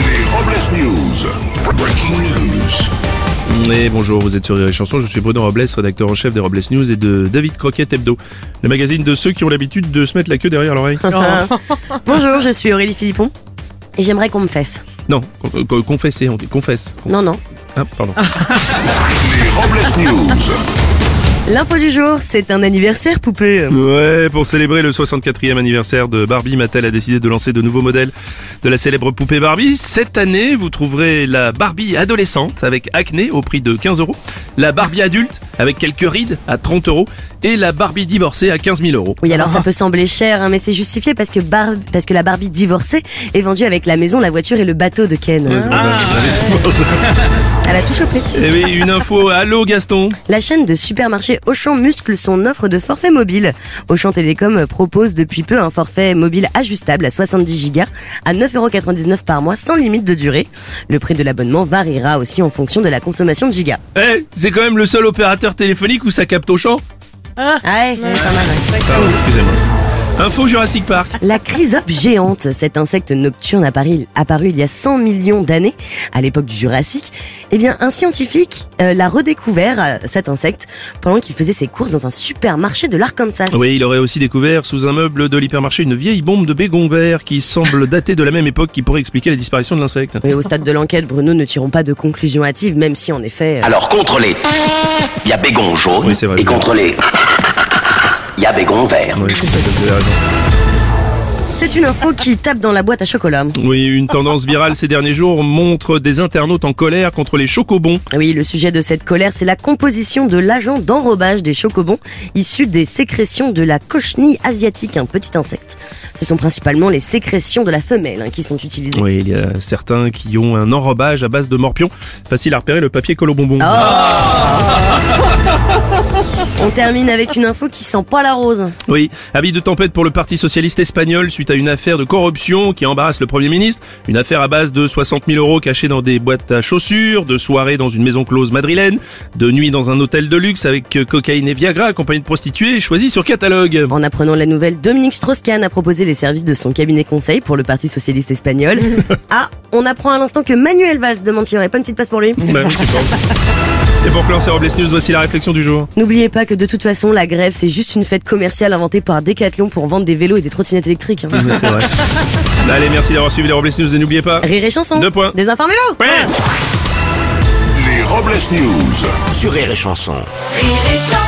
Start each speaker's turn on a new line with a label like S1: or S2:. S1: Flash News. Breaking news.
S2: Et bonjour, vous êtes sur Rire et Chanson, je suis Bruno Robles, rédacteur en chef des Robles News et de David Croquette Hebdo, le magazine de ceux qui ont l'habitude de se mettre la queue derrière l'oreille.
S3: Bonjour, je suis Aurélie Philippon et j'aimerais qu'on me fesse.
S2: Non, con- con- confessez, on dit confesse.
S3: Non, non.
S2: Ah, pardon.
S1: Les Robles News.
S3: L'info du jour, c'est un anniversaire poupée.
S2: Ouais, pour célébrer le 64e anniversaire de Barbie, Mattel a décidé de lancer de nouveaux modèles de la célèbre poupée Barbie. Cette année, vous trouverez la Barbie adolescente avec acné au prix de 15 euros, la Barbie adulte avec quelques rides à 30 euros et la Barbie divorcée à 15 000 euros.
S3: Oui, alors ça peut sembler cher, hein, mais c'est justifié parce que, Bar- parce que la Barbie divorcée est vendue avec la maison, la voiture et le bateau de Ken. Elle a tout chopé.
S2: Et Eh oui, une info. Allô Gaston
S3: La chaîne de supermarchés Auchan muscle son offre de forfait mobile. Auchan Télécom propose depuis peu un forfait mobile ajustable à 70 gigas à 9,99€ par mois sans limite de durée. Le prix de l'abonnement variera aussi en fonction de la consommation de gigas.
S2: Eh, c'est quand même le seul opérateur téléphonique où ça capte au champ.
S3: Ah ouais, pas mal, ouais.
S2: Pardon, excusez-moi. Info Jurassic Park.
S3: La chrysope géante, cet insecte nocturne apparu, apparu il y a 100 millions d'années, à l'époque du Jurassique, eh bien un scientifique euh, l'a redécouvert, euh, cet insecte, pendant qu'il faisait ses courses dans un supermarché de l'Arkansas.
S2: Oui, il aurait aussi découvert sous un meuble de l'hypermarché une vieille bombe de bégon vert qui semble dater de la même époque qui pourrait expliquer la disparition de l'insecte.
S3: Mais au stade de l'enquête, Bruno, ne tirons pas de conclusions hâtives, même si en effet... euh,
S4: Alors contre les, il y a bégon jaune
S2: Oui, c'est vrai.
S4: et contre les, il y a bégon vert.
S2: Oui, c'est ça, vous avez raison.
S3: C'est une info qui tape dans la boîte à chocolat.
S2: Oui, une tendance virale ces derniers jours montre des internautes en colère contre les chocobons.
S3: Oui, le sujet de cette colère, c'est la composition de l'agent d'enrobage des chocobons, issu des sécrétions de la cochenille asiatique, un petit insecte. Ce sont principalement les sécrétions de la femelle hein, qui sont utilisées.
S2: Oui, il y a certains qui ont un enrobage à base de morpion. Facile à repérer le papier colle au bonbon.
S3: Oh. On termine avec une info qui sent pas la rose.
S2: Oui, avis de tempête pour le Parti Socialiste Espagnol suite à une affaire de corruption qui embarrasse le Premier ministre. Une affaire à base de 60 000 euros cachés dans des boîtes à chaussures, de soirées dans une maison close madrilène, de nuit dans un hôtel de luxe avec euh, cocaïne et Viagra accompagné de prostituées choisies sur catalogue.
S3: En apprenant la nouvelle, Dominique Strauss-Kahn a proposé les services de son cabinet conseil pour le Parti Socialiste Espagnol. ah, on apprend à l'instant que Manuel Valls demande s'il n'y aurait pas une petite place pour lui.
S2: Ben, je sais pas. Et pour clore ces Robles News, voici la réflexion du jour.
S3: N'oubliez pas que de toute façon, la grève, c'est juste une fête commerciale inventée par Decathlon pour vendre des vélos et des trottinettes électriques. hein.
S2: C'est vrai. Allez, merci d'avoir suivi les Robles News et n'oubliez pas...
S3: Rire et chanson.
S2: Deux points.
S3: Désinformez-vous.
S2: Ouais.
S1: Les Robles News.
S4: Sur Rire et Chanson.
S5: Rire et chanson